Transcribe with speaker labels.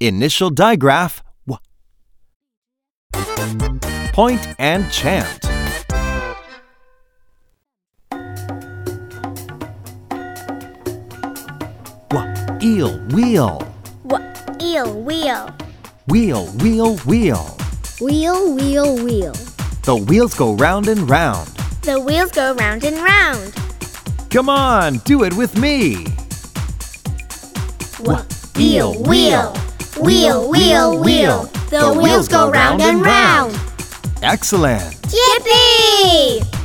Speaker 1: Initial digraph W. Point and chant. W. Eel, wheel.
Speaker 2: What? Eel, wheel.
Speaker 1: Wheel, wheel, wheel.
Speaker 3: Wheel, wheel, wheel.
Speaker 1: The wheels go round and round.
Speaker 2: The wheels go round and round.
Speaker 1: Come on, do it with me. Wha- eel, wheel.
Speaker 2: Wheel, wheel, wheel. The wheels go round and round.
Speaker 1: Excellent.
Speaker 2: Yippee!